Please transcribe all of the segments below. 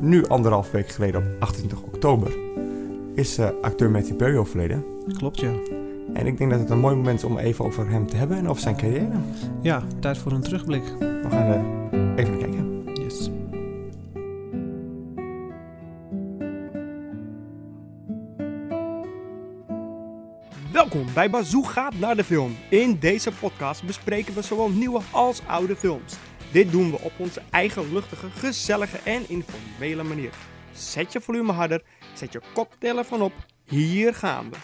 nu anderhalf week geleden, op 28 oktober, is eh, acteur Matthew Perry overleden. Klopt, ja. En ik denk dat het een mooi moment is om even over hem te hebben en over zijn carrière. Ja, tijd voor een terugblik. We gaan er even naar kijken. Yes. Welkom bij Bazoo gaat naar de film. In deze podcast bespreken we zowel nieuwe als oude films. Dit doen we op onze eigen luchtige, gezellige en informele manier. Zet je volume harder, zet je koptelefoon op. Hier gaan we.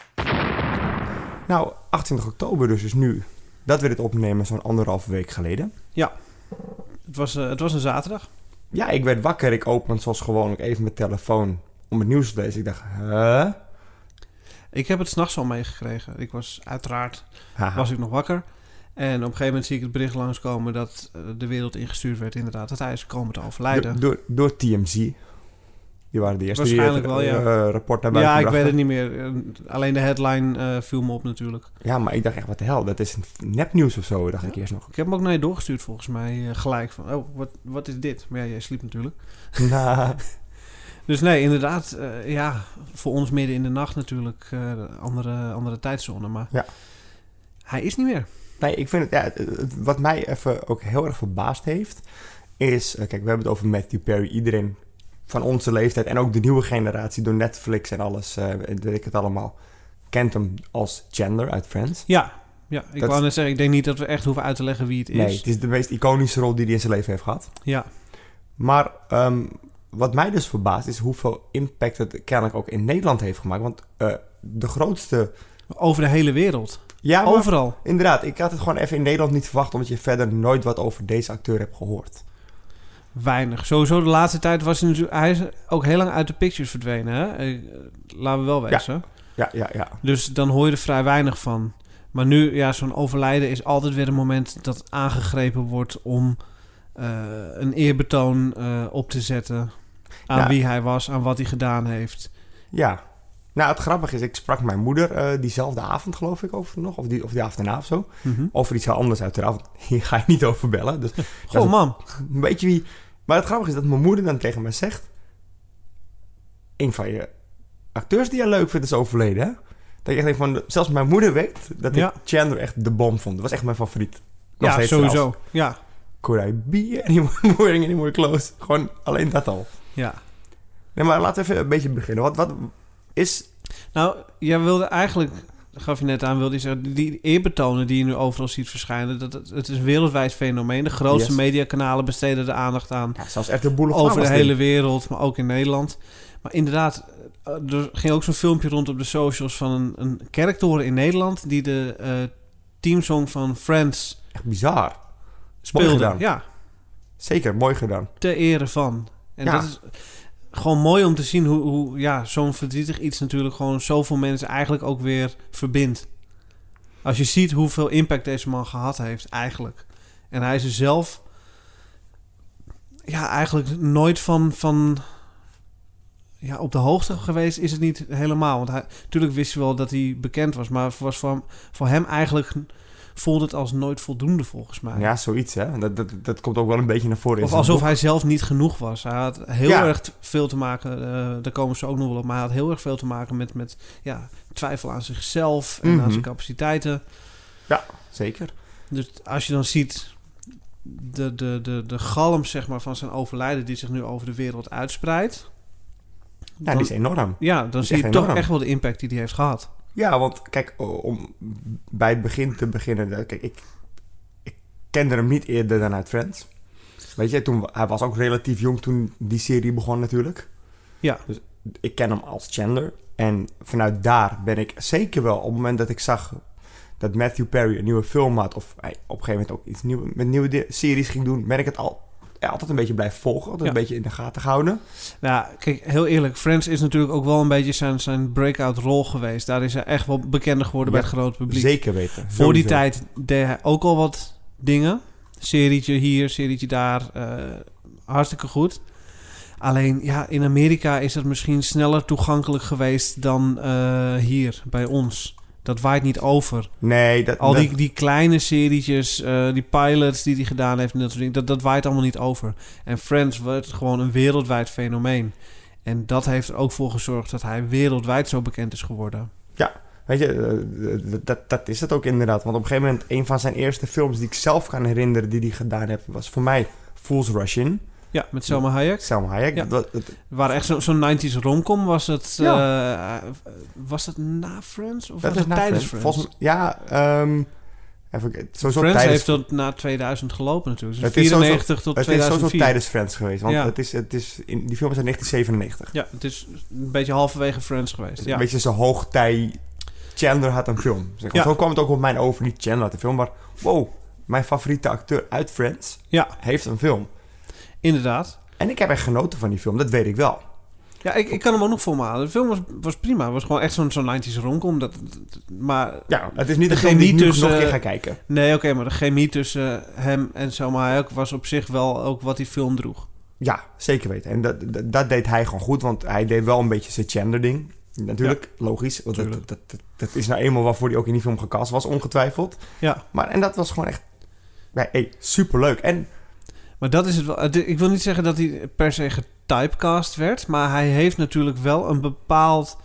Nou, 28 oktober dus is nu dat we dit opnemen zo'n anderhalf week geleden. Het was, eh, het was een zaterdag. Ja, ik werd wakker. Ik opende zoals gewoonlijk even mijn telefoon om het nieuws te lezen. Ik dacht, huh? Ik heb het s'nachts al meegekregen. Ik was uiteraard Haha. was ik nog wakker. En op een gegeven moment zie ik het bericht langskomen dat eh, de wereld ingestuurd werd inderdaad. Dat hij is komen te overlijden. Door, door, door TMZ. Die waren de eerste Waarschijnlijk die wel, ja. eh, rapport naar buiten Ja, ik brachten. weet het niet meer. Eh, Alleen de headline eh, viel me op natuurlijk. Ja, maar ik dacht echt, wat de hel, dat is een nepnieuws of zo, dacht ik eerst nog. Ik heb hem ook naar je doorgestuurd volgens mij eh, gelijk. Van, oh, wat, wat is dit? Maar ja, jij sliep natuurlijk. Nou, Dus nee, inderdaad, eh, ja, voor ons midden in de nacht natuurlijk eh, andere, andere tijdzone. Maar Ja. hij is niet meer. nee, ik vind het, ja, het- het- wat mij even ook heel erg verbaasd heeft, is, eh, kijk, we hebben het over Matthew Perry, iedereen van onze leeftijd en ook de nieuwe generatie door Netflix en alles, eh, weet ik het allemaal, kent hem als Chandler uit Friends. Ja, ja ik Dat- wou net zeggen, ik denk niet dat we echt hoeven uit te leggen wie het is. Nee, het is de meest iconische rol die hij in zijn leven heeft gehad. Ja, Maar ehm, wat mij dus verbaast is hoeveel impact het kennelijk ook in Nederland heeft gemaakt. Want eh, de grootste... over de hele wereld. Ja, maar- Overal. inderdaad. Ik had het gewoon even in Nederland niet verwacht... omdat je verder nooit wat over deze acteur hebt gehoord. Weinig. Sowieso de laatste tijd was hij natuurlijk... Hij is ook heel lang uit de pictures verdwenen, hè? Eh, Laten we wel wezen. Ja, ja, ja. Dus dan hoor je er vrij weinig van. Maar nu, ja, zo'n overlijden is altijd weer een moment dat aangegrepen wordt om eh, een eerbetoon eh, op te zetten aan Ja. wie hij was, aan wat hij gedaan heeft. Ja. Nou, het grappige is, ik sprak mijn moeder eh, diezelfde avond, geloof ik, over nog. Of die, of die avond daarna of zo. Mhm. Over iets heel anders uiteraard. want Hier ga je niet over bellen. Dus Goh, mam. een beetje wie... Maar het grappige is dat mijn moeder dan tegen mij zegt... Een van je acteurs die je leuk vindt is overleden, hè? Dat ik echt denk van... Zelfs mijn moeder weet dat Ja. ik Chandler echt de bom vond. Dat was echt mijn favoriet. Nog Ja, steeds sowieso. trouwens. Ja, Could I be anyone wearing any more clothes? Gewoon alleen dat al. ja. Nee, maar laten we even een beetje beginnen. Wat, wat is... Nou, jij wilde eigenlijk, gaf je net aan, wilde je zeggen, die eerbetonen die je nu overal ziet verschijnen, dat, het- het is een wereldwijd fenomeen. De grootste Yes. mediakanalen besteden er aandacht aan. Ja, zelfs echt de boulevard over de was hele dit. wereld, maar ook in Nederland. Maar inderdaad, eh, er ging ook zo'n filmpje rond op de socials van een, een kerktoren in Nederland die de eh, teamsong van Friends Echt bizar. speelde. gedaan. Ja, Zeker, mooi gedaan. ter ere van. En Ja. dat is gewoon mooi om te zien hoe, hoe ja, zo'n verdrietig iets natuurlijk gewoon zoveel mensen eigenlijk ook weer verbindt. Als je ziet hoeveel impact deze man gehad heeft, eigenlijk. En hij is er zelf ja, eigenlijk nooit van, van ja, op de hoogte geweest, is het niet helemaal. Want hij, natuurlijk wist je wel dat hij bekend was, maar het was voor hem, voor hem eigenlijk voelde het als nooit voldoende volgens mij. Ja, zoiets, hè. Dat, dat, dat komt ook wel een beetje naar voren. in Of zijn alsof boek. hij zelf niet genoeg was. Hij had heel Ja. erg t- veel te maken, eh, daar komen ze ook nog wel op, maar hij had heel erg veel te maken met, met ja, twijfel aan zichzelf en Mhm. aan zijn capaciteiten. Zeker. Dus als je dan ziet de, de, de, de galm zeg maar, van zijn overlijden die zich nu over de wereld uitspreidt. Ja, die is enorm. ja, dan is zie je echt toch enorm. echt wel de impact die hij heeft gehad. Ja, want kijk, o- om bij het begin te beginnen. eh, Kijk, ik, ik kende hem niet eerder dan uit Friends. Weet je, toen, hij was ook relatief jong toen die serie begon natuurlijk. Ja. Dus ik ken hem als Chandler. En vanuit daar ben ik zeker wel, op het moment dat ik zag dat Matthew Perry een nieuwe film had... of hij op een gegeven moment ook iets nieuw, met nieuwe de- series ging doen... ben ik het al, ja, altijd een beetje blijven volgen, altijd Ja. een beetje in de gaten gehouden. Nou, kijk, heel eerlijk, Friends is natuurlijk ook wel een beetje zijn, zijn breakout rol geweest. Daar is hij echt wel bekender geworden Ja, bij het grote publiek. Zeker weten. Voor die Sowieso. tijd deed hij ook al wat dingen. Serietje hier, serietje daar. eh, hartstikke goed. Alleen ja, in Amerika is dat misschien sneller toegankelijk geweest dan eh, hier bij ons. Dat waait niet over. Nee, dat, Al dat- die, die kleine serietjes, eh, die pilots die hij gedaan heeft en dat soort dingen, dat, dat waait allemaal niet over. En Friends wordt gewoon een wereldwijd fenomeen. En dat heeft er ook voor gezorgd dat hij wereldwijd zo bekend is geworden. Weet je, eh, dat, dat is het ook inderdaad. Want op een gegeven moment, een van zijn eerste films die ik zelf kan herinneren die hij gedaan heeft, was voor mij Fool's Rush In. Ja, met Selma Hayek. Selma Hayek. Ja. Dat- dat- Waar echt zo- zo'n 90s romcom was het. eh, eh, was dat na Friends? Of dat was is het na tijdens Friends. Friends? Volgens mij- ja, ehm even, het- sowieso Friends tijdens, heeft tot na 2000 gelopen natuurlijk. Dus Het is sowieso- 94 tot het is sowieso 2004. tijdens Friends geweest. Want Ja. het is, het is, in, die film is uit 1997. Ja, het is een beetje halverwege Friends geweest. Ja. Weet je, zijn hoogtij... Chandler had een film. Zeg maar. Ja. Zo kwam het ook op mijn over. Niet Chandler had een film, maar... Wow, mijn favoriete acteur uit Friends ja, heeft een film. inderdaad. En ik heb echt genoten van die film, dat weet ik wel. Ja, ik, ik kan hem ook nog voor me halen. De film was, was prima. Het was gewoon echt zo'n zo'n 90s romcom. Dat, dat- maar Ja, het is niet De de film die ik chemie nu tussen- nog een keer ga kijken. nee, oké, maar de chemie tussen eh, hem en Selma Hayek was op zich wel ook wat die film droeg. Ja, zeker weten. En dat, dat, dat deed hij gewoon goed, want hij deed wel een beetje zijn gender-ding. Natuurlijk, logisch. Want dat, Tuurlijk. dat, dat, dat is nou eenmaal waarvoor hij ook in die film gecast was, ongetwijfeld. Ja. Maar, en dat was gewoon echt nee, hey, superleuk. En Maar dat is het wel. Het- Ik wil niet zeggen dat hij per se getypecast werd, maar hij heeft natuurlijk wel een bepaald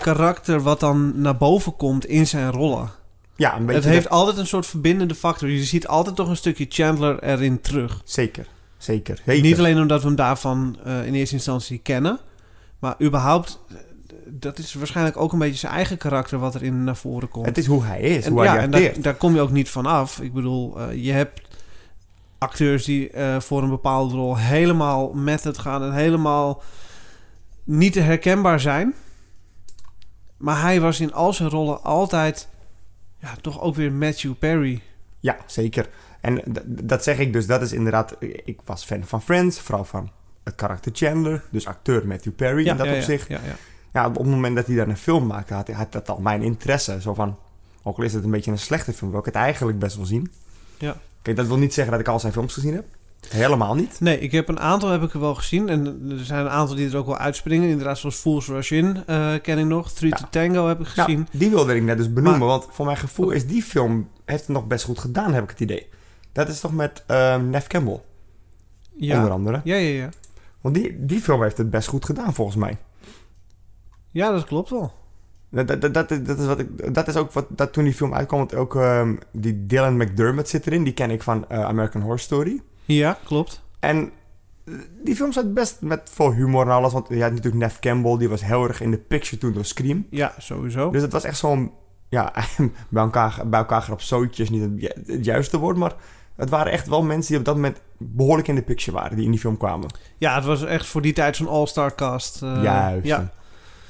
karakter wat dan naar boven komt in zijn rollen. ja, een beetje... Het heeft altijd een soort verbindende factor. Je ziet altijd toch een stukje Chandler erin terug. dat- zeker, zeker. zeker. Niet alleen omdat we hem daarvan eh, in eerste instantie kennen, maar überhaupt, eh, dat is waarschijnlijk ook een beetje zijn eigen karakter wat erin naar voren komt. Het is hoe hij is, en, hoe ja, hij en acteert. daar, daar kom je ook niet van af. Ik bedoel, eh, je hebt acteurs die eh, voor een bepaalde rol helemaal met het gaan en helemaal niet herkenbaar zijn. Maar hij was in al zijn rollen altijd ja, toch ook weer Matthew Perry. Ja, zeker. En d- d- dat zeg ik dus, dat is inderdaad... Ik was fan van Friends, vooral van het karakter Chandler. Dus acteur Matthew Perry in dat ja, opzicht. Ja, ja. Ja, op het moment dat hij daar een film maakte, had, had dat al mijn interesse. Zo van, ook al is het een beetje een slechte film, wil ik het eigenlijk best wel zien. Ja. Kijk, dat wil niet zeggen dat ik al zijn films gezien heb. Helemaal niet. Nee, ik heb een aantal heb ik er wel gezien. En er zijn een aantal die er ook wel uitspringen. Inderdaad, zoals Fools Rush In eh, ken ik nog. Three to Tango heb ik Nou, gezien. die wilde ik net dus benoemen, want voor mijn gevoel is die film, heeft het nog best goed gedaan, heb ik het idee. Dat is toch met ehm Nef Campbell, onder Ja. andere. ja, ja, ja. Want die, die film heeft het best goed gedaan, volgens mij. Ja, dat klopt wel. Dat, dat, dat, dat, is, wat ik, dat is ook wat dat toen die film uitkwam, want ook ehm, die Dylan McDermott zit erin, die ken ik van eh, American Horror Story. Ja, klopt. En eh, die film zat best met vol humor en alles. Want je had natuurlijk Nev Campbell, die was heel erg in de picture toen door Scream. Ja, sowieso. Dus het was echt zo'n, ja, bij elkaar, bij elkaar grapzootjes, niet het, ju- het juiste woord. Maar het waren echt wel mensen die op dat moment behoorlijk in de picture waren, die in die film kwamen. Ja, het was echt voor die tijd zo'n all-star cast. eh, juist. Ja. Ja.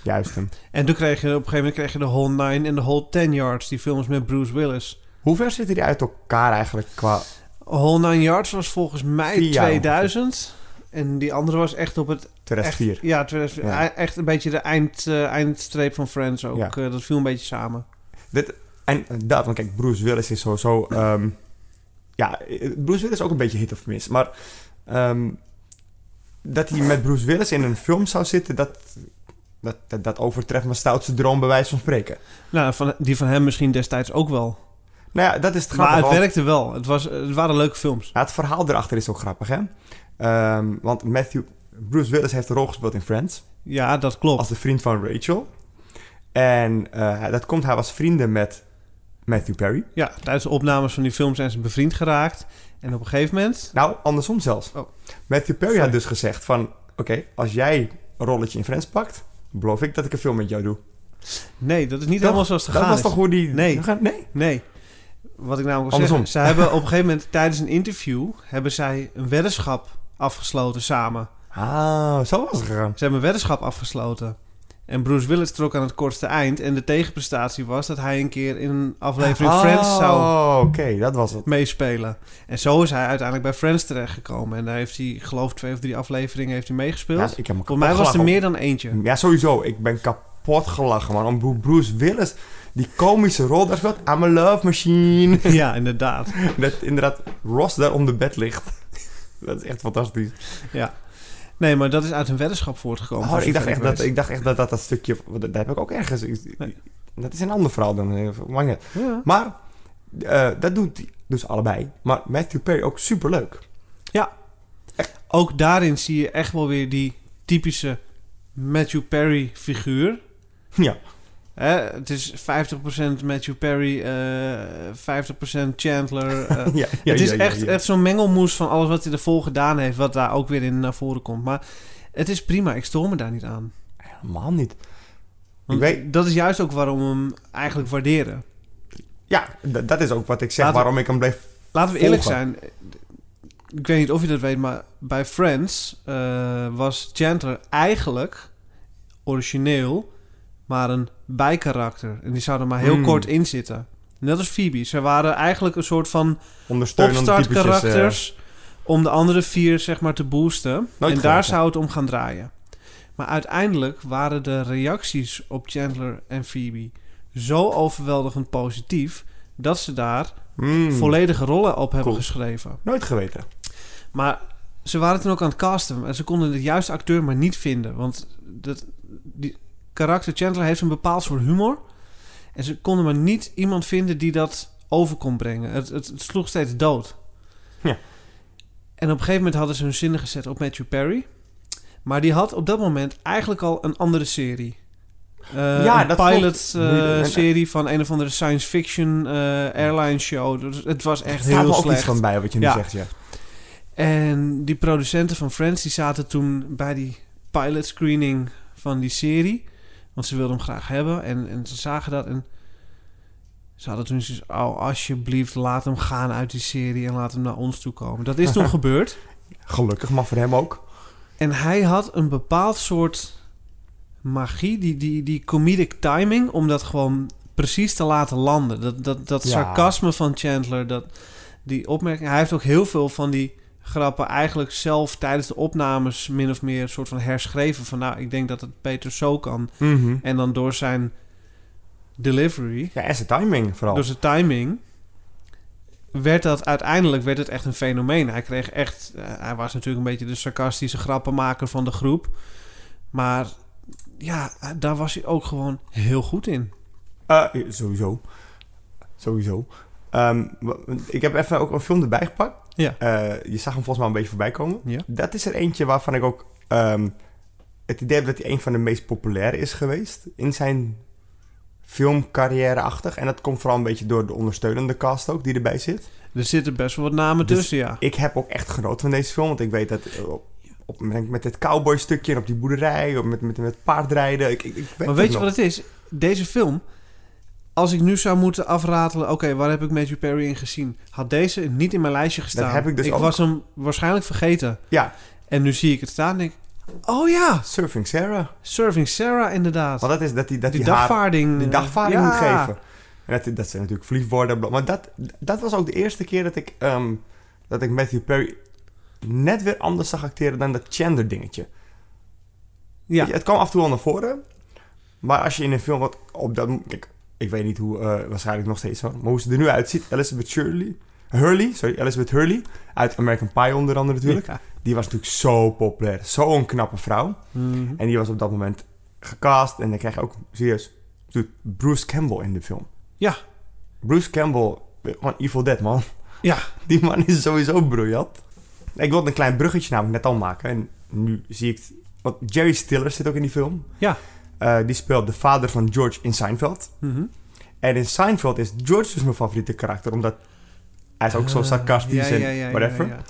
Juist hem. En toen kreeg je op een gegeven moment kreeg je de Whole Nine en de Whole Ten Yards. Die films met Bruce Willis. Hoe ver zitten die uit elkaar eigenlijk qua... Whole Nine Yards was volgens mij Vier jaar 2000. En die andere was echt op het Echt, 2004. Ja, 2004. Ja. E- Echt een beetje de eind, eh, eindstreep van Friends ook. Ja. Eh, dat viel een beetje samen. En dat, want kijk, Bruce Willis is sowieso... ehm, ja, Bruce Willis is ook een beetje hit of miss. Maar ehm, dat hij met Bruce Willis in een film zou zitten... dat, dat, dat, dat overtreft mijn stoutste droom bij wijze van spreken. Nou, van, die van hem misschien destijds ook wel. Nou ja, dat is het maar grappige. want- het werkte wel. Het, was, het waren leuke films. Ja, het verhaal erachter is ook grappig, hè? Ehm, want Matthew, Bruce Willis heeft een rol gespeeld in Friends... Ja, dat klopt. als de vriend van Rachel. En eh, hij- dat komt, hij was vrienden met Matthew Perry. Ja, tijdens de opnames van die film zijn ze bevriend geraakt. En op een gegeven moment... Nou, andersom zelfs. Oh. Matthew Perry Sorry. had dus gezegd van... Oké, als jij een rolletje in Friends pakt... beloof ik dat ik een film met jou doe. Nee, dat is niet Toch? helemaal zoals het dat gegaan was is. toch hoe die... Nee. nee? Nee. Wat ik namelijk wil Andersom. zeggen. Ze hebben op een gegeven moment tijdens een interview... hebben zij een weddenschap afgesloten samen. Ah, zo was het gegaan. Ze hebben een weddenschap afgesloten. En Bruce Willis trok aan het kortste eind. En de tegenprestatie was dat hij een keer in een aflevering Friends zou Oh, Ah, oké, dat was het. meespelen. En zo is hij uiteindelijk bij Friends terechtgekomen. En daar heeft hij, geloof ik, twee of drie afleveringen heeft hij Ja, meegespeeld. ik heb me Volgens mij kapot was er gelachen. meer dan eentje. Ja, sowieso. Ik ben kapot gelachen, man. Om Bru- Bruce Willis, die komische rol. Daar speelt I'm a love machine. Ja, inderdaad. Dat inderdaad Ross daar onder bed ligt. Dat is echt fantastisch. Nee, maar dat is uit een weddenschap voortgekomen. Oh, voor ik, zover dacht echt weet. dat, ik dacht echt dat dat, dat stukje... Dat, dat heb ik ook ergens... Nee. Dat is een ander verhaal dan. eh, maakt niet uit. Ja. Maar eh, dat doet die- doet ze allebei. Maar Matthew Perry ook superleuk. Ook daarin zie je echt wel weer die typische Matthew Perry figuur. Ja. Hè, het is 50% Matthew Perry, eh 50% Chandler. eh, ja, ja, het is ja, ja, echt, ja. echt zo'n mengelmoes van alles wat hij ervoor gedaan heeft, wat daar ook weer in naar voren komt. Maar het is prima, ik stoor me daar niet aan. Helemaal niet. Want Ik weet- Dat is juist ook waarom we hem eigenlijk waarderen. Ja, d- dat is ook wat ik zeg Laten we- waarom ik hem bleef. Laten we eerlijk Volgen. zijn. Ik weet niet of je dat weet, maar bij Friends eh, was Chandler eigenlijk origineel maar een bijkarakter. En die zou er maar heel Hmm. kort in zitten. Net als Phoebe. Ze waren eigenlijk een soort van Ondersteunende typetjes, eh, opstartkarakters om de andere vier zeg maar te boosten. Nooit en daar geweten. zou het om gaan draaien. Maar uiteindelijk waren de reacties op Chandler en Phoebe zo overweldigend positief dat ze daar mm, volledige rollen op hebben Cool. geschreven. Nooit geweten. Maar ze waren toen ook aan het casten en ze konden de juiste acteur maar niet vinden. Want dat, die karakter Chandler heeft een bepaald soort humor. En ze konden maar niet iemand vinden die dat over kon brengen. Het, het, het sloeg steeds dood. Ja. En op een gegeven moment hadden ze hun zinnen gezet op Matthew Perry. Maar die had op dat moment eigenlijk al een andere serie. Eh, Ja, een dat pilot klopt. eh, En- serie van een of andere science fiction eh, airline show. Dus het was echt Staat heel me ook slecht. iets van bij wat je nu Ja. zegt, ja. En die producenten van Friends die zaten toen bij die pilot screening van die serie. Want ze wilden hem graag hebben. En, en ze zagen dat. En ze hadden toen zoiets oh alsjeblieft, laat hem gaan uit die serie en laat hem naar ons toe komen. Dat is toen gebeurd. Gelukkig, maar voor hem ook. En hij had een bepaald soort magie, die, die, die comedic timing, om dat gewoon precies te laten landen. Dat, dat, dat Ja. sarcasme van Chandler, dat, die opmerking. Hij heeft ook heel veel van die grappen eigenlijk zelf tijdens de opnames min of meer soort van herschreven. Van nou, ik denk dat het beter zo kan. En dan door zijn delivery, Ja, en zijn timing vooral. door zijn timing, werd dat uiteindelijk werd het echt een fenomeen. Hij kreeg echt, eh, hij was natuurlijk een beetje de sarcastische grappenmaker van de groep, maar ja, daar was hij ook gewoon heel goed in. Eh, sowieso. Sowieso. Ehm, wa- ik heb even ook een film erbij gepakt. Ja. Eh, je zag hem volgens mij een beetje voorbij komen. Ja. Dat is er eentje waarvan ik ook ehm, het idee heb dat hij een van de meest populaire is geweest in zijn filmcarrière-achtig. En dat komt vooral een beetje door de ondersteunende cast ook die erbij zit. Er zitten best wel wat namen Dus- tussen, ja. Ik heb ook echt genoten van deze film, want ik weet dat eh, op, op- met, met het cowboy stukje en op die boerderij, op, met, met, met paardrijden. Ik, ik, ik weet Maar weet je nog. wat het is? Deze film, als ik nu zou moeten afratelen, oké, waar heb ik Matthew Perry in gezien? Had deze niet in mijn lijstje gestaan. heb ik dus ook. was hem waarschijnlijk vergeten. Ja, En nu zie ik het staan en denk, oh ja, Surfing Sarah. Serving Sarah inderdaad. Want dat is dat hij dat die hij haar- dagvaarding. eh, die dagvaarding Mm, ja. moet geven. En dat, dat ze natuurlijk verliefd worden. bla- Maar dat, dat was ook de eerste keer dat ik, ehm, dat ik Matthew Perry net weer anders zag acteren dan dat Chandler dingetje. Ja, Weet je, het kwam af en toe al naar voren. Maar als je in een film wat op dat... Kijk, ik weet niet hoe, eh, waarschijnlijk nog steeds hoor. Maar hoe ze er nu uitziet, Elizabeth Shirley... Hurley, sorry, Elizabeth Hurley. Uit American Pie onder andere natuurlijk. Ja. Die was natuurlijk zo populair. Zo'n knappe vrouw. Mhm. En die was op dat moment gecast. En dan krijg je ook, serieus, doet Bruce Campbell in de film. Ja. Bruce Campbell, gewoon Evil Dead, man. Ja. Die man is sowieso briljant. Ik wilde een klein bruggetje namelijk net al maken. En nu zie ik... het. Want Jerry Stiller zit ook in die film. Ja. Eh, die speelt de vader van George in Seinfeld. Mhm. En in Seinfeld is George dus mijn favoriete karakter. Omdat hij is ook zo Ah, sarcastisch ja, ja, en ja, whatever. ja, ja.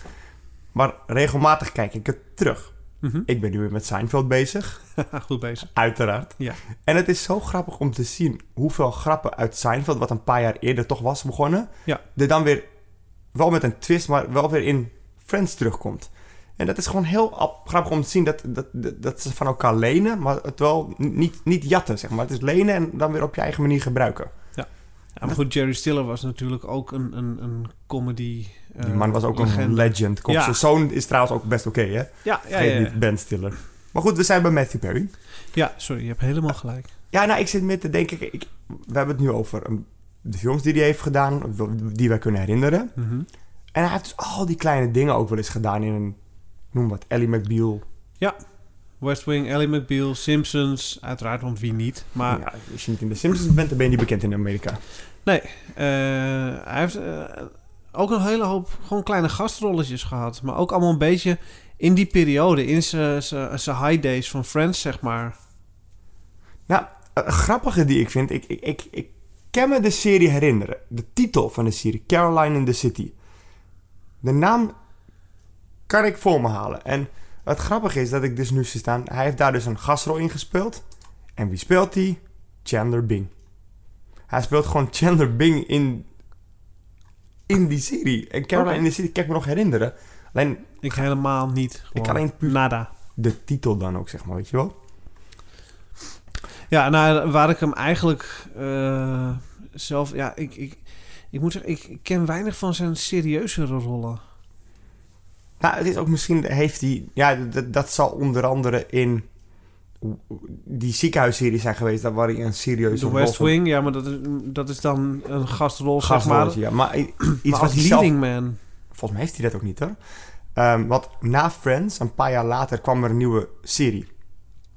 Maar regelmatig kijk ik het terug. Mhm. Ik ben nu weer met Seinfeld bezig. Goed bezig. Uiteraard. Ja. En het is zo grappig om te zien hoeveel grappen uit Seinfeld, wat een paar jaar eerder toch was begonnen, Ja. er dan weer, wel met een twist, maar wel weer in Friends terugkomt. En dat is gewoon heel ap- grappig om te zien dat, dat, dat, dat ze van elkaar lenen, maar het wel n- niet, niet jatten, zeg maar. Het is lenen en dan weer op je eigen manier gebruiken. Ja, maar goed, Jerry Stiller was natuurlijk ook een, een, een comedy. eh, Die man was ook een legende. legend. Komt Ja. Zijn zoon is trouwens ook best oké, hè? Ja, ja, Vergeet ja, ja. niet Ben Stiller. Maar goed, we zijn bij Matthew Perry. ja, sorry, je hebt helemaal gelijk. Ja, nou, ik zit meer te denken... kijk, Ik, we hebben het nu over um, de films die hij heeft gedaan... die wij kunnen herinneren. Mhm. En hij heeft dus al die kleine dingen ook wel eens gedaan in een... noem wat, Ellie McBeal. Ja. West Wing, Ellie McBeal, Simpsons. Uiteraard, want wie niet. Maar ja, als je niet in de Simpsons bent, dan ben je niet bekend in Amerika. eh, hij heeft eh, ook een hele hoop gewoon kleine gastrolletjes gehad. Maar ook allemaal een beetje in die periode. In zijn- zijn zijn high days van Friends, zeg maar. Eh, grappige die ik vind, ik, ik, ik, ik kan me de serie herinneren. De titel van de serie, Caroline in the City. De naam kan ik voor me halen. En het grappige is dat ik dus nu zie staan, hij heeft daar dus een gastrol in gespeeld. En wie speelt die? Chandler Bing. Hij speelt gewoon Chandler Bing in, in die serie. En Caroline Oké. in the City kan ik me nog herinneren. Alleen, Ik helemaal niet. ik gewoon. kan alleen puur Nada. de titel dan ook, zeg maar, weet je wel? Ja, nou, waar ik hem eigenlijk eh, zelf... Ja, ik, ik, ik moet zeggen, ik ken weinig van zijn serieuzere rollen. Nou, het is ook misschien heeft hij. Ja, dat, dat zal onder andere in die ziekenhuisserie zijn geweest. Daar waar hij een serieuze De rol West van- Wing, ja, maar dat is, dat is dan een gastrol, zeg maar. gastrolletje, ja. Maar i- iets maar wat als hij leading zelf. man. Volgens mij heeft hij dat ook niet hoor. Ehm, want na Friends, een paar jaar later, kwam er een nieuwe serie.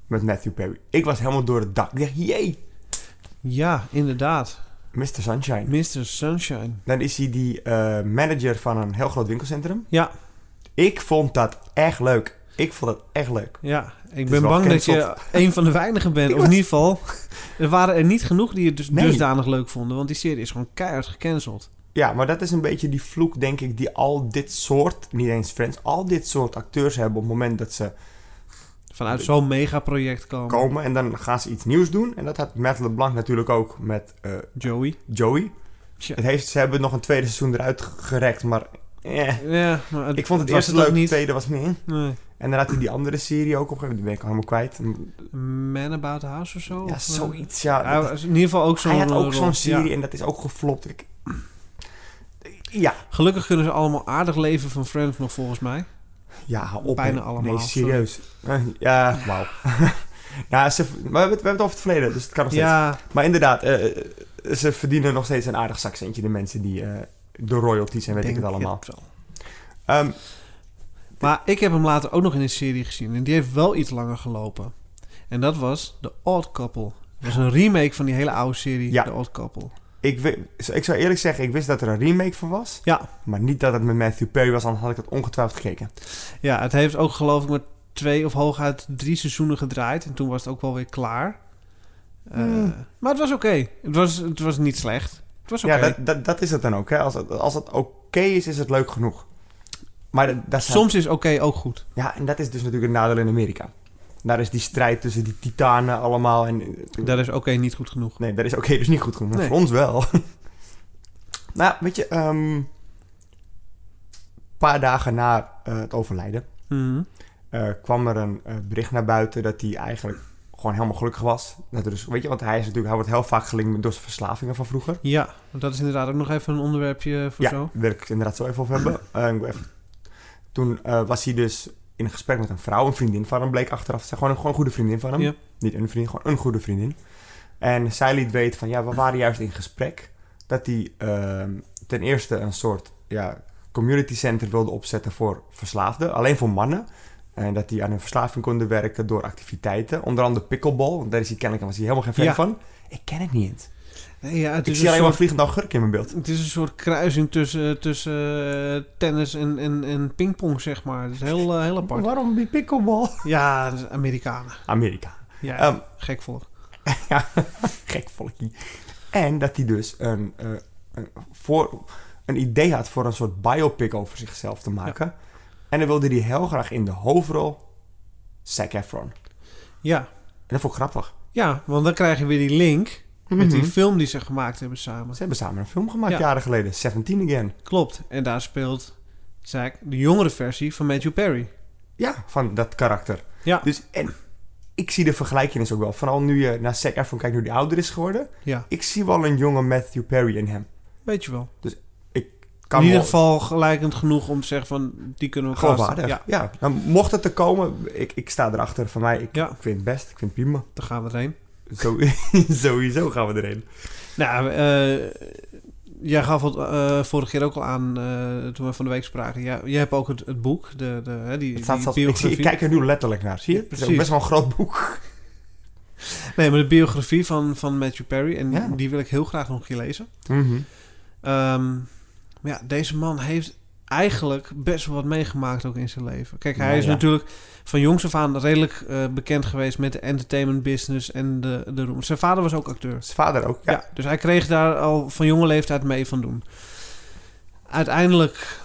Met Matthew Perry. Ik was helemaal door het dak. Ik dacht, jee, Ja, inderdaad. Mr. Sunshine. Mr. Sunshine. Dan is hij die eh, manager van een heel groot winkelcentrum. Ja, Ik vond dat echt leuk. Ik vond dat echt leuk. ja. Ik is ben wel bang dat je cancelled. een van de weinigen bent. Ik Of was- in ieder geval, er waren er niet genoeg die het dus Nee. dusdanig leuk vonden. Want die serie is gewoon keihard gecanceld. Ja, maar dat is een beetje die vloek, denk ik, die al dit soort, niet eens Friends, al dit soort acteurs hebben op het moment dat ze Vanuit zo'n megaproject komen. komen en dan gaan ze iets nieuws doen. En dat had Matt LeBlanc natuurlijk ook met eh, Joey. Joey. Tja. Het heeft, ze hebben nog een tweede seizoen eruit gerekt, maar eh. Ja, maar ik vond het eerste eerste leuk, ook het niet. tweede was meer. Nee. En dan had hij die andere serie ook op een gegeven moment, die ben ik helemaal kwijt. Man About the House of zo? Ja, Of, eh, zoiets, ja. hij Dat- was in ieder geval ook zo'n eh, hij had ook rol. zo'n serie Ja. en dat is ook geflopt. Ik- ja, Gelukkig kunnen ze allemaal aardig leven van Friends nog, volgens mij. Ja, hou op. Bijna hè. allemaal, Nee, serieus. Eh, Ja, wauw. ja, ze, maar we, hebben het- we hebben het over het verleden, dus het kan nog steeds. Ja, Maar inderdaad, eh, eh, ze verdienen nog steeds een aardig zakcentje, de mensen die eh, de royalties en weet ik denk het allemaal. wel. Ehm, Maar ik heb hem later ook nog in een serie gezien. En die heeft wel iets langer gelopen. En dat was The Odd Couple. Dat was een remake van die hele oude serie, Ja. The Odd Couple. ik, wi- ik zou eerlijk zeggen, ik wist dat er een remake van was, Ja. maar niet dat het met Matthew Perry was, anders had ik het ongetwijfeld gekeken. ja, het heeft ook geloof ik maar twee of hooguit drie seizoenen gedraaid. En toen was het ook wel weer klaar. Eh, Hmm. Maar het was oké. Het, was, het was niet slecht. Het was oké. Ja, dat, dat, dat is het dan ook. Hè? Als het, als het oké is, is het leuk genoeg. Maar dat, dat zijn- Soms is oké ook goed. Ja, en dat is dus natuurlijk een nadeel in Amerika. Daar is die strijd tussen die titanen allemaal en Dat is oké niet goed genoeg. Nee, dat is oké, dus niet goed genoeg. Maar Nee. Voor ons wel. nou, weet je, ehm, een paar dagen na eh, het overlijden Mhm. eh, kwam er een eh, bericht naar buiten dat hij eigenlijk gewoon helemaal gelukkig was. Dat er dus, weet je, want hij is natuurlijk, hij wordt heel vaak gelinkt door zijn verslavingen van vroeger. Ja, want dat is inderdaad ook nog even een onderwerpje eh, voor ja, zo. daar wil ik het inderdaad zo even over hebben. Eh, ik wil even- toen eh, was hij dus in een gesprek met een vrouw, een vriendin van hem, bleek achteraf. te zijn. Gewoon, een- gewoon een goede vriendin van hem. Ja. Niet een vriendin, gewoon een goede vriendin. En zij liet weten van, ja, we waren juist in gesprek. Dat hij ehm, ten eerste een soort ja, community center wilde opzetten voor verslaafden. Alleen voor mannen. En dat die aan hun verslaving konden werken door activiteiten. Onder andere pickleball, want daar is hij kennelijk was hij helemaal geen fan Ja. van. Ik ken het niet. Nee, ja, het, Ik is zie alleen maar een soort, vliegende augurk in mijn beeld. het is een soort kruising tussen, tussen eh, tennis en, en, en pingpong, zeg maar. Het is heel, eh, heel apart. Waarom die pickleball? Ja, dat is Amerikanen. Amerika. Ja, Ehm, gek volk. Gek volkje. En dat hij dus een, eh, een, voor, een idee had voor een soort biopic over zichzelf te maken. En dan wilde hij heel graag in de hoofdrol Zac Efron. Ja. En dat vond ik grappig. ja, want dan krijg je weer die link met die Mhm. film die ze gemaakt hebben samen. Ze hebben samen een film gemaakt Ja. jaren geleden. 17 Again. Klopt. En daar speelt Zack de jongere versie van Matthew Perry. Ja, van dat karakter. Ja. Dus, en ik zie de vergelijking ook wel. Vooral nu je naar Zac Efron kijkt, nu die ouder is geworden. Ja, Ik zie wel een jonge Matthew Perry in hem. weet je wel. Ik in kan ieder wel- geloofwaardig. geval gelijkend genoeg om te zeggen van, die kunnen we Geloofwaardig. casten. Ja. ja. Nou, mocht het er komen, ik, ik sta erachter. Van mij, ik, Ja. ik vind het best. Ik vind het prima. Ja, daar gaan we erheen. Zo, sowieso gaan we erin. Nou, eh, jij gaf het eh, vorige keer ook al aan, eh, toen we van de week spraken. Ja, je hebt ook het, het boek, de, de, hè, die, Het staat die zelfs, ik, zie- biografie. ik kijk er nu letterlijk naar, zie je? Het is ook Precies. best wel een groot boek. Nee, maar de biografie van, van Matthew Perry. En Ja. die wil ik heel graag nog een keer lezen. Mhm. Ehm, maar ja, deze man heeft eigenlijk best wel wat meegemaakt ook in zijn leven. Kijk, hij Nou is ja. natuurlijk van jongs af aan redelijk eh, bekend geweest met de entertainment business en de, de roem. Zijn vader was ook acteur. Zijn vader ook, Ja. ja. dus hij kreeg daar al van jonge leeftijd mee van doen. Uiteindelijk,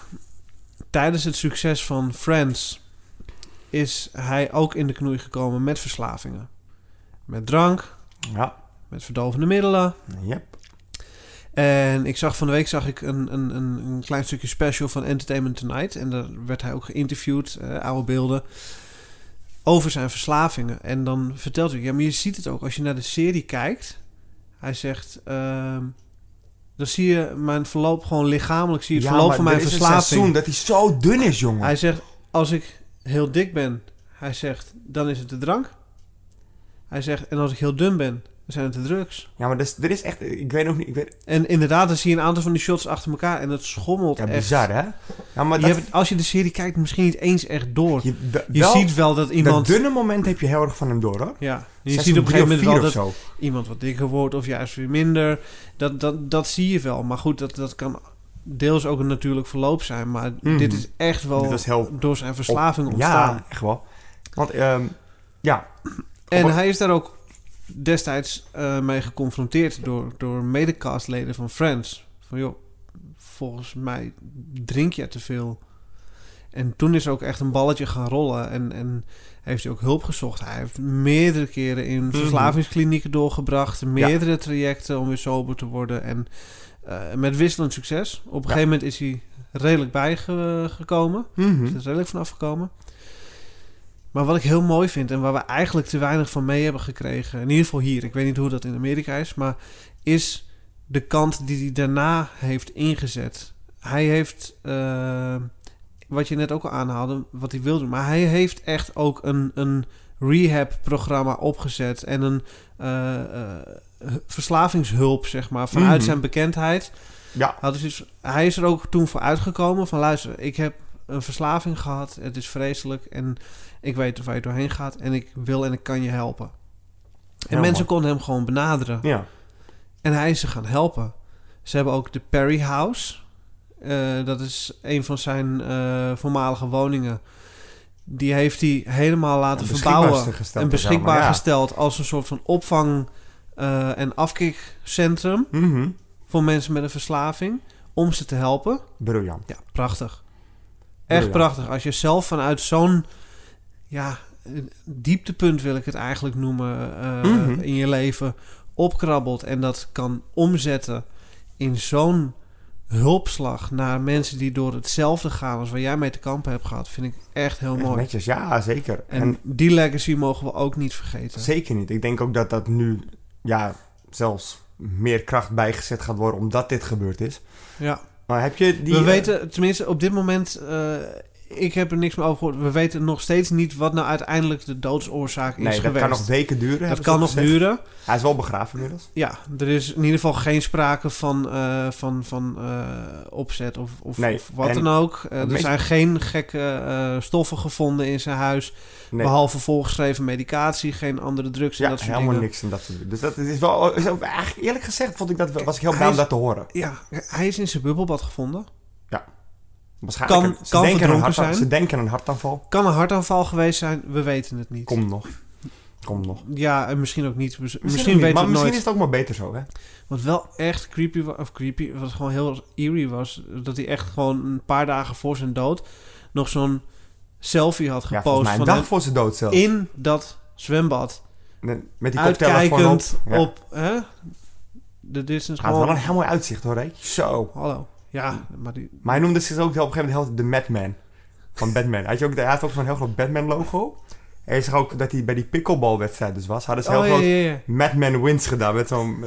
tijdens het succes van Friends, is hij ook in de knoei gekomen met verslavingen. Met drank, Ja, met verdovende middelen. Yep. En ik zag van de week zag ik een, een, een, een klein stukje special van Entertainment Tonight. En daar werd hij ook geïnterviewd, eh, oude beelden, over zijn verslavingen. En dan vertelt hij, ja, maar je ziet het ook als je naar de serie kijkt. Hij zegt, ehm, dan zie je mijn verloop gewoon lichamelijk, zie je het Ja, maar verloop van mijn er is een verslaving. seizoen dat hij zo dun is, jongen. Hij zegt, als ik heel dik ben, hij zegt, dan is het de drank. Hij zegt, en als ik heel dun ben, dan zijn het de drugs. Ja, maar dus, er is echt... Ik weet nog niet... Ik weet, En inderdaad, dan zie je een aantal van die shots achter elkaar en dat schommelt ja, echt. bizar, hè? Ja, maar Je dat, hebt, als je de serie kijkt, misschien niet eens echt door. Je, je, wel, ziet wel dat iemand... Dat dunne moment heb je heel erg van hem door, hoor. ja, je Seizoen ziet op drie een gegeven moment wel of dat vier of iemand wat dikker wordt of juist weer minder. Dat, dat, dat zie je wel. Maar goed, dat, dat kan deels ook een natuurlijk verloop zijn. Maar Mhm. dit is echt wel Dit is heel- door zijn verslaving zo. ontstaan. Ja, echt wel. Want, ehm, ja, En Op- hij is daar ook destijds eh, mee geconfronteerd door, door medecastleden van Friends. Van joh, volgens mij drink je te veel. En toen is er ook echt een balletje gaan rollen en, en heeft hij ook hulp gezocht. Hij heeft meerdere keren in Mhm. verslavingsklinieken doorgebracht, meerdere trajecten om weer sober te worden. En eh, met wisselend succes. Op een Ja. gegeven moment is hij redelijk bijgekomen. mhm. Dus er is redelijk van afgekomen. Maar wat ik heel mooi vind en waar we eigenlijk te weinig van mee hebben gekregen, in ieder geval hier, ik weet niet hoe dat in Amerika is, maar is de kant die hij daarna heeft ingezet. Hij heeft, eh, wat je net ook al aanhaalde, wat hij wil doen, maar hij heeft echt ook een, een rehab-programma opgezet en een eh, eh, verslavingshulp, zeg maar, vanuit Mhm. zijn bekendheid. ja, Hij, had dus iets- hij is er ook toen voor uitgekomen van luister, ik heb een verslaving gehad, het is vreselijk en ik weet waar je doorheen gaat en ik wil en ik kan je helpen. En Ja, mensen man. konden hem gewoon benaderen ja. en hij is ze gaan helpen. Ze hebben ook de Perry House, eh, dat is een van zijn eh, voormalige woningen. Die heeft hij helemaal laten En beschikbaar verbouwen is er gesteld en of zo, maar beschikbaar ja. gesteld als een soort van opvang- eh, en afkikcentrum mhm. voor mensen met een verslaving om ze te helpen. Briljant. Ja, prachtig. Briljant. Echt prachtig. Als je zelf vanuit zo'n ja, dieptepunt wil ik het eigenlijk noemen eh, Mhm. in je leven opkrabbelt en dat kan omzetten in zo'n hulpslag naar mensen die door hetzelfde gaan als waar jij mee te kampen hebt gehad, vind ik echt heel Echt mooi. Netjes, ja, zeker. En, en die legacy mogen we ook niet vergeten. Zeker niet. Ik denk ook dat dat nu ja, zelfs meer kracht bijgezet gaat worden omdat dit gebeurd is. Ja. Maar heb je die... we eh, weten, tenminste op dit moment, eh, ik heb er niks meer over gehoord. We weten nog steeds niet wat nou uiteindelijk de doodsoorzaak is Nee, dat geweest. kan nog weken duren. Dat hebben ze kan nog gezegd. duren. Hij is wel begraven inmiddels. Ja, er is in ieder geval geen sprake van, eh, van, van eh, opzet of, of, Nee, of wat en dan ook. Eh, er meest- zijn geen gekke eh, stoffen gevonden in zijn huis. Nee, Behalve voorgeschreven medicatie, geen andere drugs en ja, dat soort helemaal dingen. niks en dat soort dingen. Dus dat is wel... is ook- eigenlijk eerlijk gezegd vond ik dat, was ik heel Hij blij om is- dat te horen. Ja, hij is in zijn bubbelbad gevonden. Waarschijnlijk Kan- denken kan aan een verdronken harta- zijn. Ze denken aan een hartaanval. Kan een hartaanval geweest zijn, we weten het niet. Kom nog. Kom nog. Ja, en misschien ook niet. Misschien, ook niet, weten we maar het misschien nooit. is het ook maar beter zo, hè? Wat wel echt creepy was, of creepy, wat gewoon heel eerie was, dat hij echt gewoon een paar dagen voor zijn dood nog zo'n selfie had Ja, gepost volgens mij een van dag hem voor zijn dood zelf. in dat zwembad. Met die koptelefoon op. Uitkijkend op, Ja. hè? de distance Hij had wel gewoon. een heel mooi uitzicht, hoor, hè? Zo. Hallo. Ja, maar die, Maar hij noemde zich ook op een gegeven moment heel de Madman. Van Batman. Hij had, je ook, hij had ook zo'n heel groot Batman-logo. En je zag ook dat hij bij die pickleball-wedstrijd dus was. Hadden ze heel oh ja, groot ja, ja. Madman wins gedaan. Met zo'n,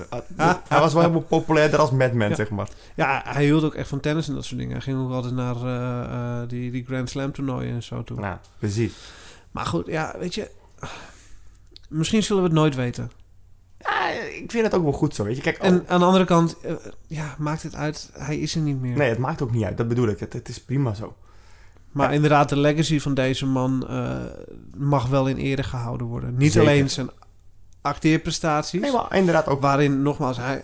hij was wel helemaal populairder als Madman, Ja. zeg maar. ja, hij hield ook echt van tennis en dat soort dingen. Hij ging ook altijd naar eh, eh, die, die Grand Slam toernooien en zo toe. Nou, precies. Maar goed, ja, weet je. Misschien zullen we het nooit weten. Ja, ik vind het ook wel goed zo, weet je. Kijk, oh, En aan de andere kant, eh, ja, maakt het uit. Hij is er niet meer. nee, het maakt ook niet uit. Dat bedoel ik. Het, het is prima zo. Maar inderdaad, de legacy van deze man eh, mag wel in ere gehouden worden. Niet Zeker. alleen zijn acteerprestaties, Nee, maar inderdaad ook... waarin nogmaals, hij,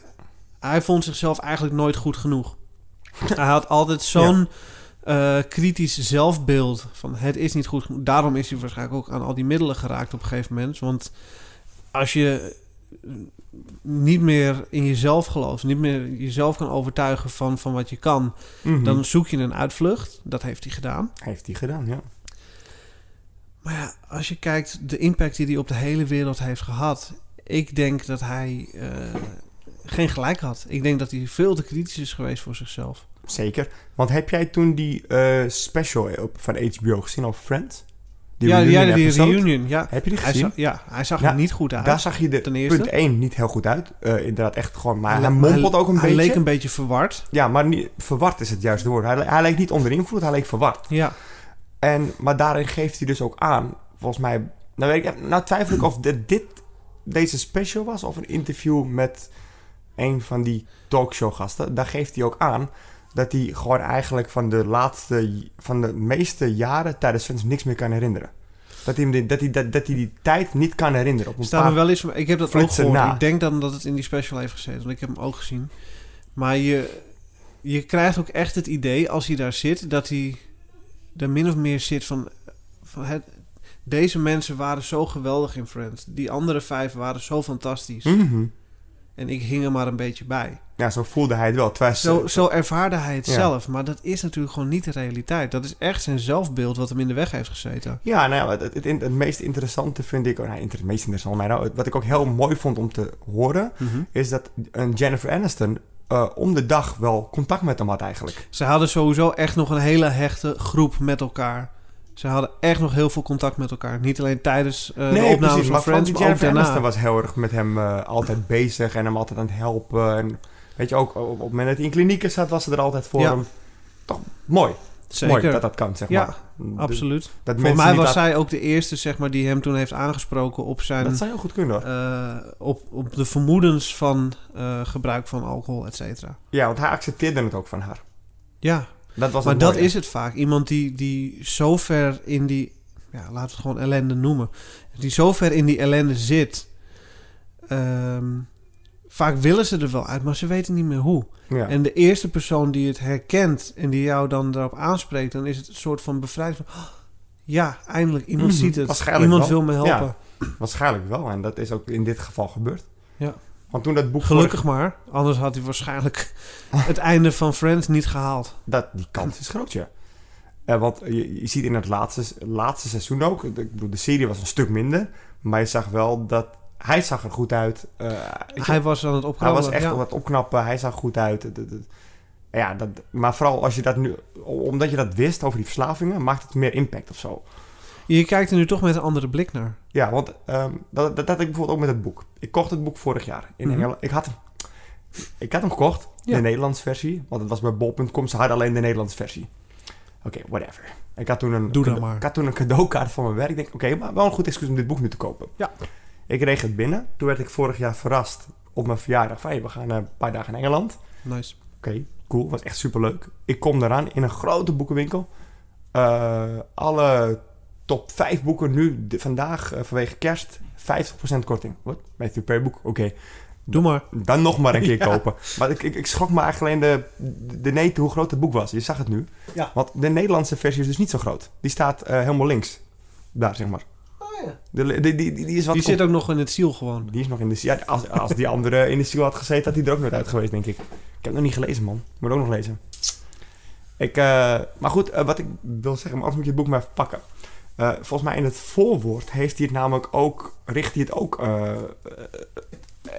hij vond zichzelf eigenlijk nooit goed genoeg. hij had altijd zo'n eh, kritisch zelfbeeld van het is niet goed genoeg. Daarom is hij waarschijnlijk ook aan al die middelen geraakt op een gegeven moment. Want als je eh, niet meer in jezelf gelooft, niet meer jezelf kan overtuigen van, van wat je kan, Mhm. dan zoek je een uitvlucht. Dat heeft hij gedaan. Heeft hij gedaan, ja. Maar ja, als je kijkt de impact die hij op de hele wereld heeft gehad, ik denk dat hij eh, geen gelijk had. Ik denk dat hij veel te kritisch is geweest voor zichzelf. Zeker. Want heb jij toen die eh, special op, van HBO gezien over Friends? ja, ja, die episode? reunion. Ja, Heb je die hij dus gezien? zag, ja, hij zag Ja, er niet goed uit. Daar zag je de ten eerste. punt 1 niet heel goed uit. Eh, inderdaad, echt gewoon... Maar hij, le- mompelt ook een hij beetje. leek een beetje verward. Ja, maar niet, verward is het juiste woord. Hij, le- hij leek niet onder invloed, hij leek verward. Ja, En, maar daarin geeft hij dus ook aan, volgens mij... Nou, weet ik, nou twijfel ik of dit, dit deze special was of een interview met een van die talkshowgasten. Daar geeft hij ook aan dat hij gewoon eigenlijk van de laatste... van de meeste jaren tijdens Friends niks meer kan herinneren. Dat hij, hem die- dat hij, dat, dat hij die tijd niet kan herinneren. Op een staan er paar- wel eens. Ik heb dat ook flitsen gehoord. na. Ik denk dan dat het in die special heeft gezeten, want ik heb hem ook gezien. Maar je, je krijgt ook echt het idee als hij daar zit dat hij er min of meer zit van, van het, deze mensen waren zo geweldig in Friends. Die andere vijf waren zo fantastisch. Mhm. En ik hing er maar een beetje bij. Ja, zo voelde hij het eh, wel. Terwijl ze- Zo, zo ervaarde hij het Ja. zelf. Maar dat is natuurlijk gewoon niet de realiteit. Dat is echt zijn zelfbeeld wat hem in de weg heeft gezeten. Ja, nou ja, het, het, het meest interessante vind ik... oh, nou, inter- het meest interessante, maar nou, het- wat ik ook heel mooi vond om te horen... is dat een Jennifer Aniston eh, om de dag wel contact met hem had eigenlijk. Ze hadden sowieso echt nog een hele hechte groep met elkaar. Ze hadden echt nog heel veel contact met elkaar. Niet alleen tijdens eh de opnames van maar Friends, die maar Jennifer ook Aniston daarna. was heel erg met hem eh, altijd bezig en hem altijd aan het helpen. En, weet je, ook op, op het moment dat hij in klinieken zat, was ze er altijd voor Ja. hem. Toch mooi. Zeker, Mooi dat dat kan, zeg Ja, maar. De- absoluut. Dat Voor mensen mij niet was laten- zij ook de eerste zeg maar, die hem toen heeft aangesproken op, zijn, Dat zou heel goed kunnen, hoor. eh, op, op de vermoedens van eh, gebruik van alcohol, et cetera. Ja, want hij accepteerde het ook van haar. Ja, Dat was maar het dat mooie. is het vaak. Iemand die, die zo ver in die, ja, laten we het gewoon ellende noemen. Die zo ver in die ellende zit. Ehm, vaak willen ze er wel uit, maar ze weten niet meer hoe. Ja. En de eerste persoon die het herkent en die jou dan daarop aanspreekt, dan is het een soort van bevrijding van, "Oh, ja, eindelijk, iemand Mhm, ziet het. waarschijnlijk Iemand wel. wil me helpen. Waarschijnlijk wel. En dat is ook in dit geval gebeurd. Ja. Want toen dat boek... Gelukkig maar, anders had hij waarschijnlijk het einde van Friends niet gehaald. Dat, die kans is groot, ja. Eh, want je, je ziet in het laatste, laatste seizoen ook... Ik bedoel, de serie was een stuk minder. Maar je zag wel dat... Hij zag er goed uit. Eh, weet je, Hij was aan het hij opkomen. was echt ja. wat opknappen. Hij zag goed uit. Het- het- het- ja, dat, maar vooral als je dat nu... Omdat je dat wist over die verslavingen... maakt het meer impact of zo. Je kijkt er nu toch met een andere blik naar. Ja, want ehm, dat, dat, dat had ik bijvoorbeeld ook met het boek. Ik kocht het boek vorig jaar in Mhm. Engeland. Ik had, hem- ik had hem gekocht, Ja. de Nederlandse versie. Want het was bij bol.com, ze hadden alleen de Nederlandse versie. Oké, whatever. Ik had, toen een, Doe dat cade- maar. ik had toen een cadeaukaart van mijn werk. Ik denk, oké, maar wel een goed excuus om dit boek nu te kopen. Ja. Ik kreeg het binnen. Toen werd ik vorig jaar verrast op mijn verjaardag. Van, hey, we gaan eh, een paar dagen naar Engeland. Nice. Oké, cool. Was echt superleuk. Ik kom eraan in een grote boekenwinkel. Eh, alle top 5 boeken nu, de- vandaag, eh, vanwege kerst, 50% korting. Wat? Matthew Perry boek? Oké. Doe maar. Dan nog maar een keer Ja. kopen. Maar ik, ik, ik schrok me eigenlijk alleen de, de neet hoe groot het boek was. Je zag het nu. Ja. Want de Nederlandse versie is dus niet zo groot. Die staat eh, helemaal links. Daar, zeg maar. Oh De, die, die, die is wat Die kom- zit ook nog in het ziel gewoon. die is nog in de... Ja, als, als die andere in de ziel had gezeten, had hij er ook nooit uit geweest, denk ik. Ik heb het nog niet gelezen, man. Ik moet ook nog lezen. Ik, eh, maar goed, eh, wat ik wil zeggen, maar anders moet je het boek maar even pakken. Eh, volgens mij in het voorwoord heeft hij het namelijk ook... Richt hij het ook... eh, eh,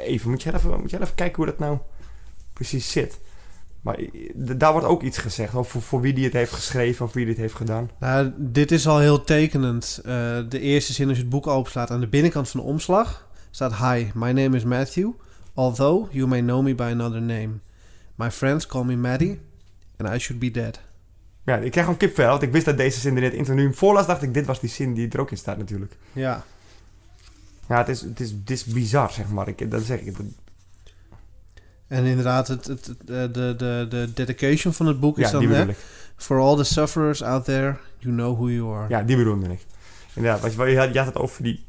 even, moet je even, moet je even kijken hoe dat nou precies zit. Maar eh, d- daar wordt ook iets gezegd over voor, voor wie die het heeft geschreven of wie dit heeft gedaan. Nou, dit is al heel tekenend. Eh, de eerste zin als je het boek openslaat aan de binnenkant van de omslag staat Hi, my name is Matthew. Although you may know me by another name. My friends call me Maddie and I should be dead. Ja, ik krijg gewoon kipvel, want ik wist dat deze zin er net in. Toen nu hem voorlas, dacht ik, dit was die zin die er ook in staat natuurlijk. Ja. Ja, het is, het is, het is bizar, zeg maar. Ik, dat zeg ik. Dat- En inderdaad, het, het, het, eh, de, de, de dedication van het boek is ja, die dan... Hè, bedoel ik. For all the sufferers out there, you know who you are. Ja, die bedoelde ik. Inderdaad, want je, je had, je had het over die,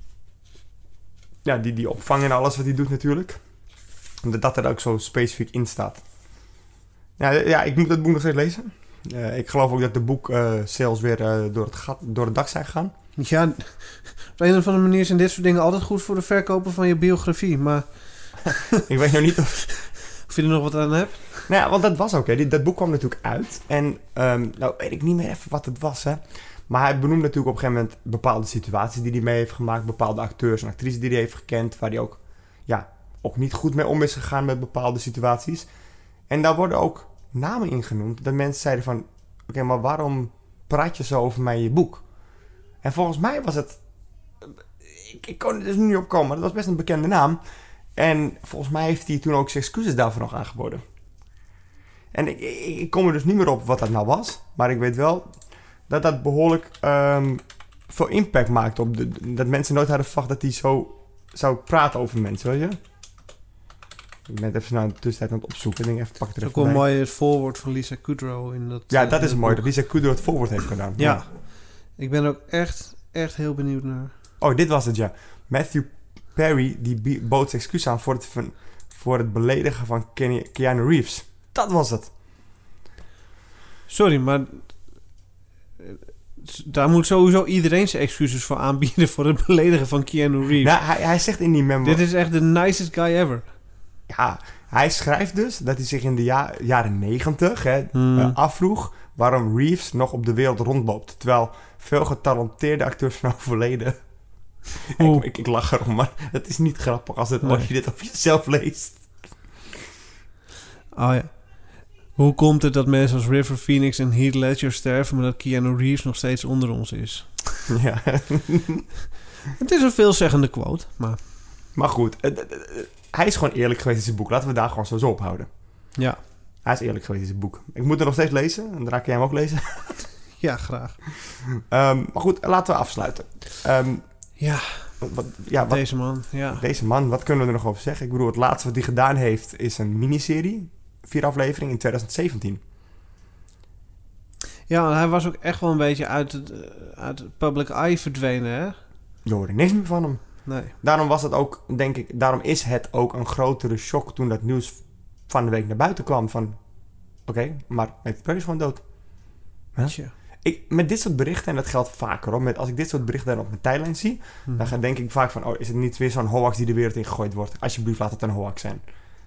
ja, die, die opvang en alles wat hij doet natuurlijk. Omdat dat er ook zo specifiek in staat. Ja, ja ik moet dat boek nog steeds lezen. Eh, ik geloof ook dat de boek eh, sales weer eh, door, het gat, door het dak zijn gegaan. Ja, op een of andere manier zijn dit soort dingen altijd goed voor de verkopen van je biografie. Maar ik weet nog niet of... of je er nog wat aan hebt? Nou ja, want dat was ook, hè. Die- Dat boek kwam natuurlijk uit. En ehm, nou weet ik niet meer even wat het was, hè. Maar hij benoemde natuurlijk op een gegeven moment bepaalde situaties die hij mee heeft gemaakt. Bepaalde acteurs en actrices die hij heeft gekend. Waar hij ook, ja, ook niet goed mee om is gegaan met bepaalde situaties. En daar worden ook namen in genoemd. Dat mensen zeiden van, oké, maar waarom praat je zo over mij in je boek? En volgens mij was het... Ik, ik kon er dus nu niet op komen, maar dat was best een bekende naam. En volgens mij heeft hij toen ook zijn excuses daarvoor nog aangeboden. En ik, ik, ik kom er dus niet meer op wat dat nou was. Maar ik weet wel dat dat behoorlijk ehm, veel impact maakte. Op de, dat mensen nooit hadden verwacht dat hij zo zou praten over mensen, weet je? Ik ben het even nou in de tussentijd aan het opzoeken. Ik denk even, pak het Dat er is ook even wel bij. mooi het voorwoord van Lisa Kudrow in dat Ja, eh, dat is dat mooi. boek. Dat Lisa Kudrow het voorwoord heeft gedaan. Ja. Ik ben er ook echt, echt heel benieuwd naar. Oh, dit was het, ja. Matthew Perry die bi- bood zijn excuus aan voor het, ver- voor het beledigen van Kenny- Keanu Reeves. Dat was het. Sorry, maar eh, daar moet sowieso iedereen zijn excuses voor aanbieden voor het beledigen van Keanu Reeves. Nou, hij, hij zegt in die memo... Dit is echt de nicest guy ever. Ja, hij schrijft dus dat hij zich in de ja- jaren negentig eh, Hmm. afvroeg waarom Reeves nog op de wereld rondloopt. Terwijl veel getalenteerde acteurs zijn overleden. Oeh. Ik, ik, ik lach erom, maar het is niet grappig als, het, als Nee. je dit op jezelf leest. Oh ja. Hoe komt het dat mensen als River Phoenix en Heath Ledger sterven, maar dat Keanu Reeves nog steeds onder ons is? Ja. Het is een veelzeggende quote, maar Maar goed, het- het- het- hij is gewoon eerlijk geweest in zijn boek. Laten we daar gewoon zo zo op houden. ja. Hij is eerlijk geweest in zijn boek. Ik moet het nog steeds lezen. En daarna kun jij hem ook lezen. Ja, graag. Ehm, maar goed, laten we afsluiten. Ehm, Ja, wat, wat- ja, wat, deze man, ja. Deze man, wat kunnen we er nog over zeggen? Ik bedoel, het laatste wat hij gedaan heeft is een miniserie. Vier afleveringen in 2017. Ja, hij was ook echt wel een beetje uit het, eh, uit het public eye verdwenen, hè? Je hoorde niks meer van hem. Nee. Daarom was het ook, denk ik, daarom is het ook een grotere shock toen dat nieuws van de week naar buiten kwam. Van, oké, maar Matthew Perry is gewoon dood. Huh? Tja. Ik, met dit soort berichten, en dat geldt vaker hoor, met, als ik dit soort berichten dan op mijn tijdlijn zie, Hm. dan ga, denk ik vaak van, oh, is het niet weer zo'n hoax die de wereld ingegooid wordt? Alsjeblieft, laat het een hoax zijn.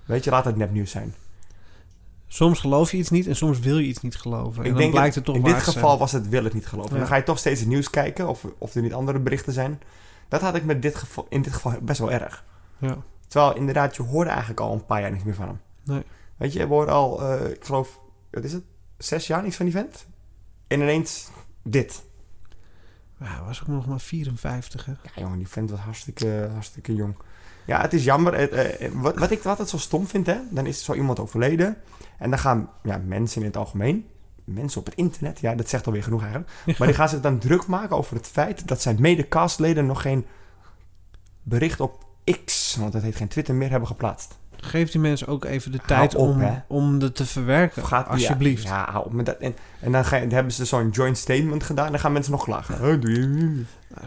Weet je, laat het nepnieuws zijn. Soms geloof je iets niet en soms wil je iets niet geloven. En Ik dan denk dat blijkt het toch in waar dit te geval was het wil het niet geloven. Ja. Dan ga je toch steeds het nieuws kijken of, of er niet andere berichten zijn. Dat had ik met dit geval, in dit geval best wel erg. zijn. Ja. Terwijl inderdaad, je hoorde eigenlijk al een paar jaar niks meer van hem. Nee. Weet je, we hoorden al, eh, ik geloof, wat is het? Zes jaar niks van die vent. En ineens dit. Maar hij was ook nog maar 54, hè? Ja jongen, die vent was hartstikke, hartstikke jong. Ja, het is jammer. Het, eh, eh, wat, wat ik altijd zo stom vind, hè. Dan is zo iemand overleden. En dan gaan ja, mensen in het algemeen... Mensen op het internet, ja, dat zegt alweer genoeg eigenlijk. Maar die gaan zich dan druk maken over het feit dat zijn mede-castleden nog geen bericht op X, want dat heet geen Twitter meer, hebben geplaatst. Geef die mensen ook even de Hou tijd op, om, hè. om het te verwerken, Gaat- ja, alsjeblieft. Ja, hou op met dat. En, en dan, ga je- dan hebben ze zo'n joint statement gedaan en dan gaan mensen nog klagen. Oh, doe je-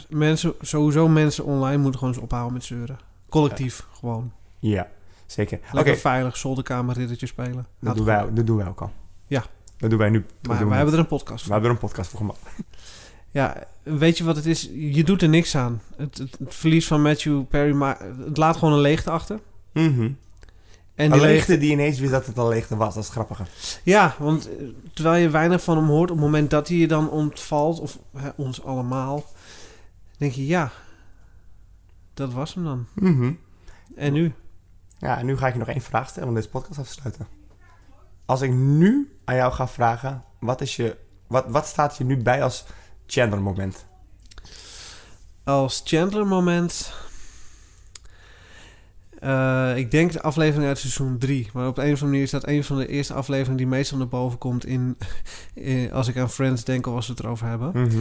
Mensen, sowieso mensen online moeten gewoon eens ophouden met zeuren. Collectief, gewoon. Ja, zeker. Oké, Lekker veilig zolderkamer riddertje spelen. dat, doen wij- dat doen wij ook al. Ja. Dat doen wij nu. Dat doen Maar wij we, nu. hebben er een podcast we voor. hebben er een podcast voor gemaakt. Ja, weet je wat het is? Je doet er niks aan. Het, het, het verlies van Matthew Perry, maar het laat gewoon een leegte achter. Mhm. En een die leegte... leegte die ineens wist dat het een leegte was, dat is grappiger. Ja, want eh, terwijl je weinig van hem hoort, op het moment dat hij je dan ontvalt, of hè, ons allemaal, denk je, ja, dat was hem dan. Mhm. En nu? Ja, en nu ga ik je nog één vraag stellen om deze podcast af te sluiten. Als ik nu aan jou ga vragen, wat, is je, wat, wat staat je nu bij als gendermoment? Als Chandler moment... Eh, ik denk de aflevering uit seizoen 3. Maar op een of andere manier is dat een van de eerste afleveringen die meestal naar boven komt in, in- als ik aan Friends denk of als we het erover hebben. Mhm.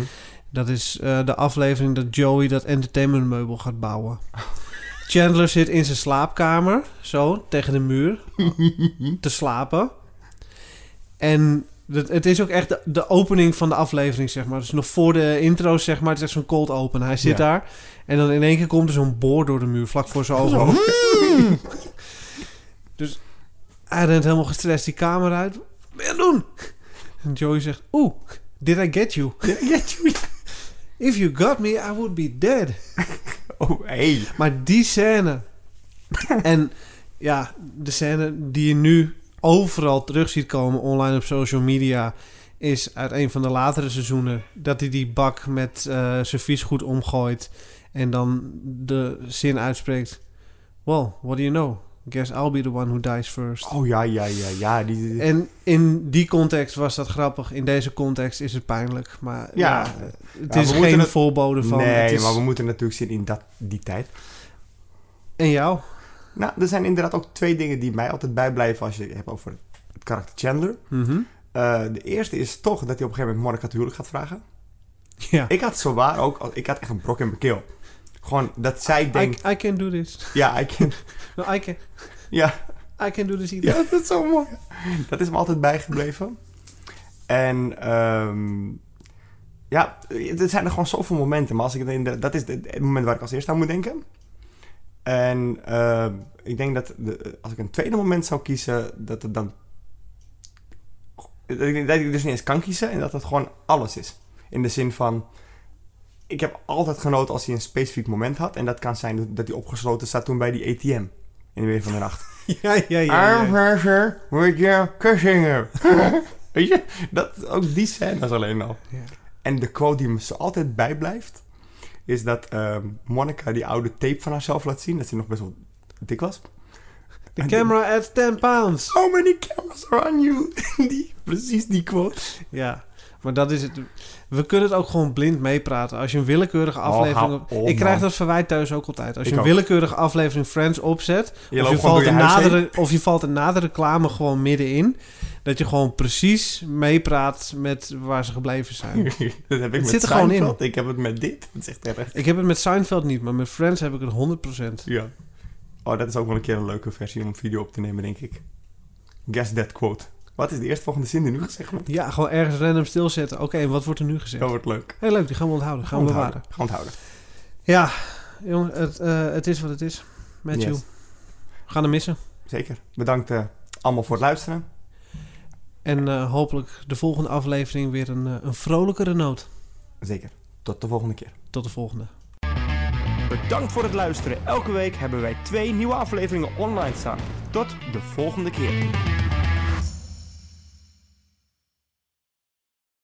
Dat is eh, de aflevering dat Joey dat entertainmentmeubel gaat bouwen. Chandler zit in zijn slaapkamer, zo, tegen de muur, te slapen. En dat, het is ook echt de, de opening van de aflevering, zeg maar. Dus nog voor de intro, zeg maar, het is echt zo'n cold open. Hij zit Ja. daar en dan in één keer komt er zo'n boor door de muur, vlak voor zijn ogen. dus hij rent helemaal gestrest die kamer uit. Wat ben je aan het doen? En Joey zegt, oeh, did I get you? If you got me, I would be dead. Oh, hey. Maar die scène. en ja, de scène die je nu overal terug ziet komen online op social media. Is uit een van de latere seizoenen dat hij die bak met eh serviesgoed omgooit. En dan de zin uitspreekt: Well, what do you know? Guess I'll be the one who dies first. Oh ja, ja, ja, ja. Die, die- En in die context was dat grappig. In deze context is het pijnlijk. Maar ja, Ja. het Ja, is we moeten geen het- voorbode van. het nee, is... maar we moeten natuurlijk zitten in dat, die tijd. En jou? Nou, er zijn inderdaad ook twee dingen die mij altijd bijblijven als je het hebt over het karakter Chandler. Eh, de eerste is toch dat hij op een gegeven moment Monica het huwelijk gaat vragen. Ja. Ik had zowaar ook, ik had echt een brok in mijn keel. Gewoon dat zij I, denkt, I can do this. ja, I can, No, I can, ja, I can do this either. Ja, dat is zo mooi. Dat is me altijd bijgebleven. En ehm, ja, er zijn er gewoon zoveel momenten. Maar als ik denk, dat is het het moment waar ik als eerste aan moet denken. En ehm, ik denk dat de- als ik een tweede moment zou kiezen, dat het dan. Dat ik, dat ik dus niet eens kan kiezen en dat het gewoon alles is. In de zin van. Ik heb altijd genoten als hij een specifiek moment had. En dat kan zijn dat hij opgesloten staat toen bij die ATM. In de weer van de nacht. Ja, ja, ja. I'm pressure with your Kussinger. Weet je, dat, ook die scène is alleen al. Ja. En de quote die me zo altijd bijblijft, is dat ehm Monica die oude tape van haarzelf laat zien, dat ze nog best wel dik was. The camera at 10 pounds. So many cameras are on you. die, precies die quote. Ja, maar dat is het. We kunnen het ook gewoon blind meepraten. Als je een willekeurige aflevering... Oh, hou op- op, ik krijg man. dat verwijt thuis ook altijd. Als Ik je een ook. willekeurige aflevering Friends opzet... Je of, loopt je gewoon valt door je een huis heen. nadere, of je valt een nadere reclame gewoon middenin... dat je gewoon precies meepraat met waar ze gebleven zijn. dat heb ik Het met zit er gewoon in. Seinfeld, Ik heb het met dit. Dat is echt erg. ik heb het met Seinfeld niet, maar met Friends heb ik het 100%. Ja. Oh, dat is ook wel een keer een leuke versie om een video op te nemen, denk ik. Guess that quote. Wat is de eerstvolgende zin die nu gezegd wordt? Ja, gewoon ergens random stilzetten. Oké, en wat wordt er nu gezegd? Dat wordt leuk. Heel leuk, die gaan we onthouden. Gaan we bewaren. Onthouden. Gaan we onthouden. Ja, jongens, het, eh, het is wat het is. Matthew. Yes. We gaan hem missen. Zeker. Bedankt eh, allemaal voor het luisteren. En eh, hopelijk de volgende aflevering weer een, eh, een vrolijkere noot. Zeker. Tot de volgende keer. Tot de volgende. Bedankt voor het luisteren. Elke week hebben wij twee nieuwe afleveringen online staan. Tot de volgende keer.